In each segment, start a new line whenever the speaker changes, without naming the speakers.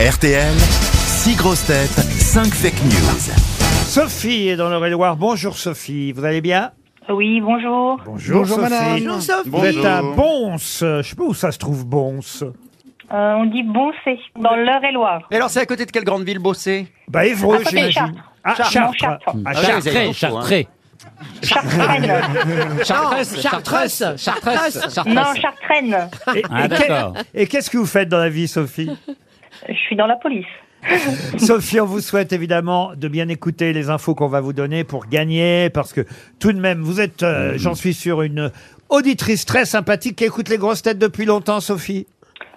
RTL, 6 grosses têtes, 5 fake news.
Sophie est dans l'Eure-et-Loire. Bonjour Sophie, vous allez bien
Oui, bonjour.
Bonjour Sophie.
Bonjour, Sophie.
Vous êtes à Bons. Je sais pas où ça se trouve Bons.
Euh, on dit bon c'est dans l'Eure-et-Loire.
Et alors, c'est à côté de quelle grande ville bossée
Bah
Ah,
Évreux,
ça, c'est
j'imagine.
Chartres.
Ah,
Chartres.
Chartres.
Non, Chartres.
Ah,
Ah,
Chartres.
vous avez
Chartreux,
beaucoup,
Chartreux.
Chartraine.
Chartreuse, Chartreuse,
hein. Chartreuse, Chartreuse.
non, Chartraine.
Et- et qu'est-
Ah, d'accord.
Et qu'est-ce que vous faites dans la vie, Sophie
Je suis dans la police.
Sophie, on vous souhaite évidemment de bien écouter les infos qu'on va vous donner pour gagner, parce que tout de même, vous êtes, euh, j'en suis sûr, une auditrice très sympathique qui écoute les grosses têtes depuis longtemps, Sophie.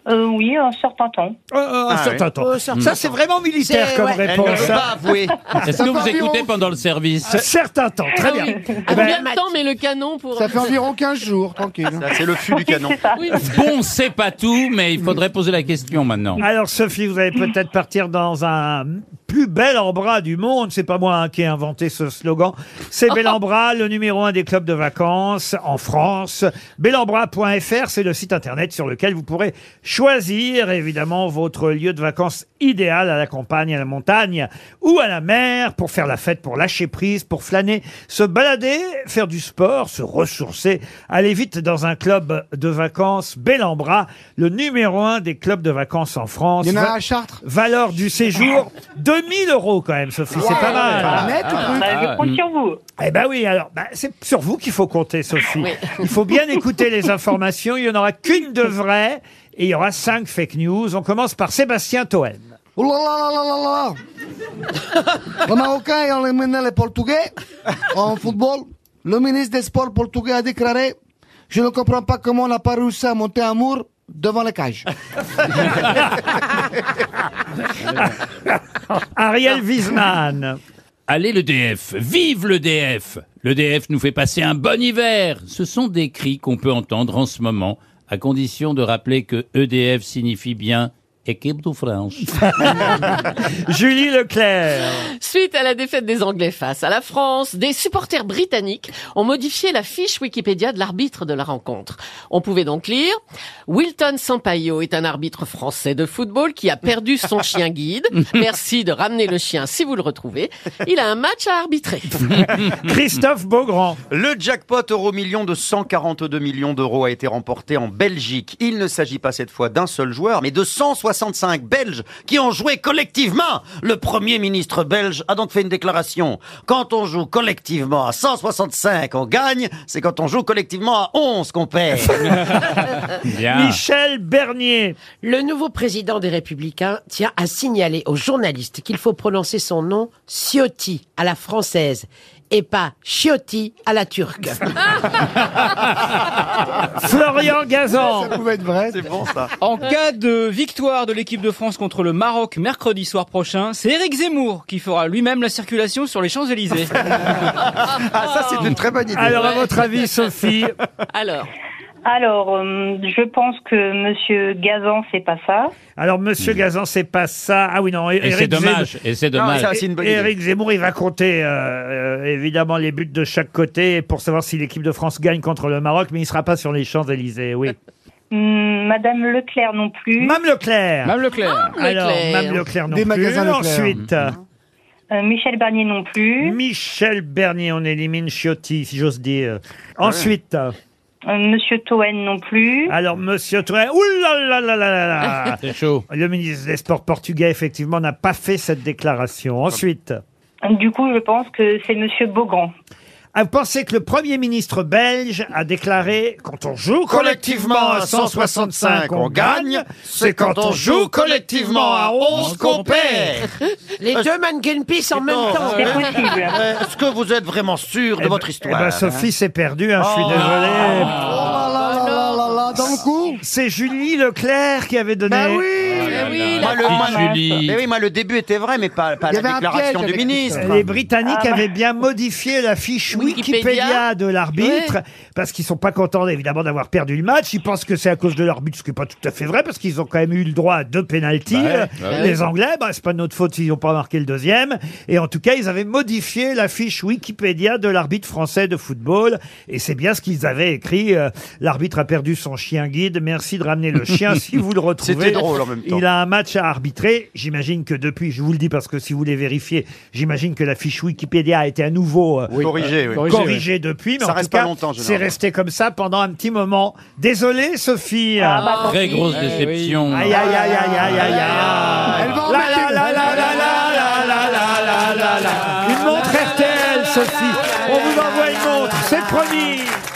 Euh, oui, un certain temps.
Euh, euh, un
Ah,
certain
oui.
temps. Ça, c'est vraiment militaire
C'est-
comme
ouais. Elle ne
réponse.
veut
hein.
pas avouer.
Est-ce que vous écoutez pendant le service
Un certain temps, très
ah
bien. Eh
À
ben,
combien de temps met le canon pour...
Ça fait environ 15 jours,
Ah,
tranquille.
Ça, C'est le fût du canon.
C'est ça.
Oui.
Bon, c'est pas tout, mais il faudrait poser la question maintenant.
Alors Sophie, vous allez peut-être partir dans un plus bel embras du monde. C'est pas moi hein, qui ai inventé ce slogan. C'est Bellambra, le numéro un des clubs de vacances en France. Bellambra.fr, c'est le site internet sur lequel vous pourrez choisir évidemment votre lieu de vacances idéal à la campagne, à la montagne ou à la mer pour faire la fête, pour lâcher prise, pour flâner, se balader, faire du sport, se ressourcer, aller vite dans un club de vacances Bellambra, le numéro un des clubs de vacances en France.
Il y en a un
Va-
à Chartres.
Valeur du séjour, 2000 euros quand même, Sophie, c'est pas mal.
Ah, mm. net, le truc.
Bah, je compte sur vous.
Eh ben oui, alors bah, c'est sur vous qu'il faut compter, Sophie. Il faut bien écouter les informations. Il n'y en aura qu'une de vraie et il y aura cinq fake news. On commence par Sébastien Toen.
Oh là là là là là là. Les Marocains ont éliminé les Portugais en football. Le ministre des Sports portugais a déclaré Je ne comprends pas comment on n'a pas réussi à monter un mur devant les cages.
Ariel Wiesmann.
Allez le DF, vive le DF Le DF nous fait passer un bon hiver Ce sont des cris qu'on peut entendre en ce moment, à condition de rappeler que EDF signifie bien équipe de France.
Julie Leclerc.
Suite à la défaite des Anglais face à la France, des supporters britanniques ont modifié la fiche Wikipédia de l'arbitre de la rencontre. On pouvait donc lire Wilton Sampaio est un arbitre français de football qui a perdu son chien guide. Merci de ramener le chien si vous le retrouvez. Il a un match à arbitrer.
Christophe Beaugrand.
Le jackpot euro million de 142 millions d'euros a été remporté en Belgique. Il ne s'agit pas cette fois d'un seul joueur, mais de 165 Belges qui ont joué collectivement. Le Premier ministre belge a donc fait une déclaration. Quand on joue collectivement à 165, on gagne. C'est quand on joue collectivement à 11 qu'on perd.
Bien.
Michel Bernier.
Le nouveau président des Républicains tient à signaler aux journalistes qu'il faut prononcer son nom Ciotti à la française et pas Ciotti à la turque.
Florian Gazan.
Ça pouvait être vrai.
C'est bon ça.
En cas de victoire de l'équipe de France contre le Maroc mercredi soir prochain, c'est Eric Zemmour qui fera lui-même la circulation sur les Champs-Élysées.
Ah, ça c'est une très bonne idée.
Alors, à votre avis, Sophie,
Alors,
Alors, euh, je pense que Monsieur Gazan, c'est pas ça.
alors Monsieur Gazan, c'est pas ça. Ah oui, non,
Et c'est
Éric
dommage, et c'est
Non, mais
dommage.
ça, c'est une bonne idée.
Éric Zemmour, il va compter euh, euh, évidemment les buts de chaque côté pour savoir si l'équipe de France gagne contre le Maroc, mais il sera pas sur les Champs-Élysées, oui.
Hum, Madame Leclerc non plus.
Mme Leclerc.
Mme Leclerc.
Alors,
Leclerc.
Mme Leclerc non
Des
plus.
magasins Leclerc. Hmm.
Ensuite,
Euh, Michel Barnier non plus.
Michel Bernier, on élimine Ciotti, si j'ose dire.
Ah
Ensuite,
Euh, Monsieur Toen non plus.
alors, Monsieur Touré, ouh là là là là là là.
C'est chaud.
Le ministre des Sports portugais, effectivement, n'a pas fait cette déclaration. Ensuite,
Du coup, je pense que c'est Monsieur Beaugrand.
ah, vous pensez que le Premier ministre belge a déclaré quand on joue collectivement à 165, on gagne, c'est quand on joue collectivement à 11 qu'on perd.
Euh,
Les deux mannequin pissent en même
non,
temps.
C'est possible.
Euh, Est-ce que vous êtes vraiment sûr de
Eh ben-
votre
eh ben,
histoire hein.
Sophie s'est perdue, hein, je suis
Oh. Ah,
désolé.
Oh là là là là là là, dans le coup.
C'est Julie Leclerc qui avait donné.
Bah oui
ben,
eh oui,
Moi,
Ah
la-
le, moi,
Petite Julie.
Mais Eh oui, moi, le début était vrai, mais pas, pas
Il
la
y avait un
déclaration
piège
du
avec
ministre.
Christophe.
Les Britanniques
Ah bah.
avaient bien modifié la fiche Wikipédia,
Wikipédia.
de l'arbitre parce qu'ils sont pas contents évidemment d'avoir perdu le match. Ils pensent que c'est à cause de l'arbitre, ce qui est pas tout à fait vrai parce qu'ils ont quand même eu le droit à deux pénalties. euh, les Anglais, bah, c'est pas de notre faute s'ils n'ont pas marqué le deuxième. Et en tout cas, ils avaient modifié la fiche Wikipédia de l'arbitre français de football et c'est bien ce qu'ils avaient écrit. euh, l'arbitre a perdu son chien guide. Merci de ramener le chien si vous le retrouvez.
C'était drôle en même temps.
Il a un match match à arbitrer. J'imagine que depuis, je vous le dis parce que si vous voulez vérifier, j'imagine que la fiche Wikipédia a été à nouveau euh,
Corrigé, Ah. oui.
corrigé,
corrigée depuis. Mais
Ça
en
reste
tout
pas
cas,
longtemps,
C'est
généralement.
resté comme ça pendant un petit moment. Désolé, Sophie.
Ah, bah,
Très grosse déception.
Aïe, aïe, aïe, aïe, aïe, aïe, aïe.
Elle va en
La,
mettre une.
la, la, la, la, la, la, la, la, la, la, la. Une montre RTL, Sophie. On vous envoie une montre, c'est promis.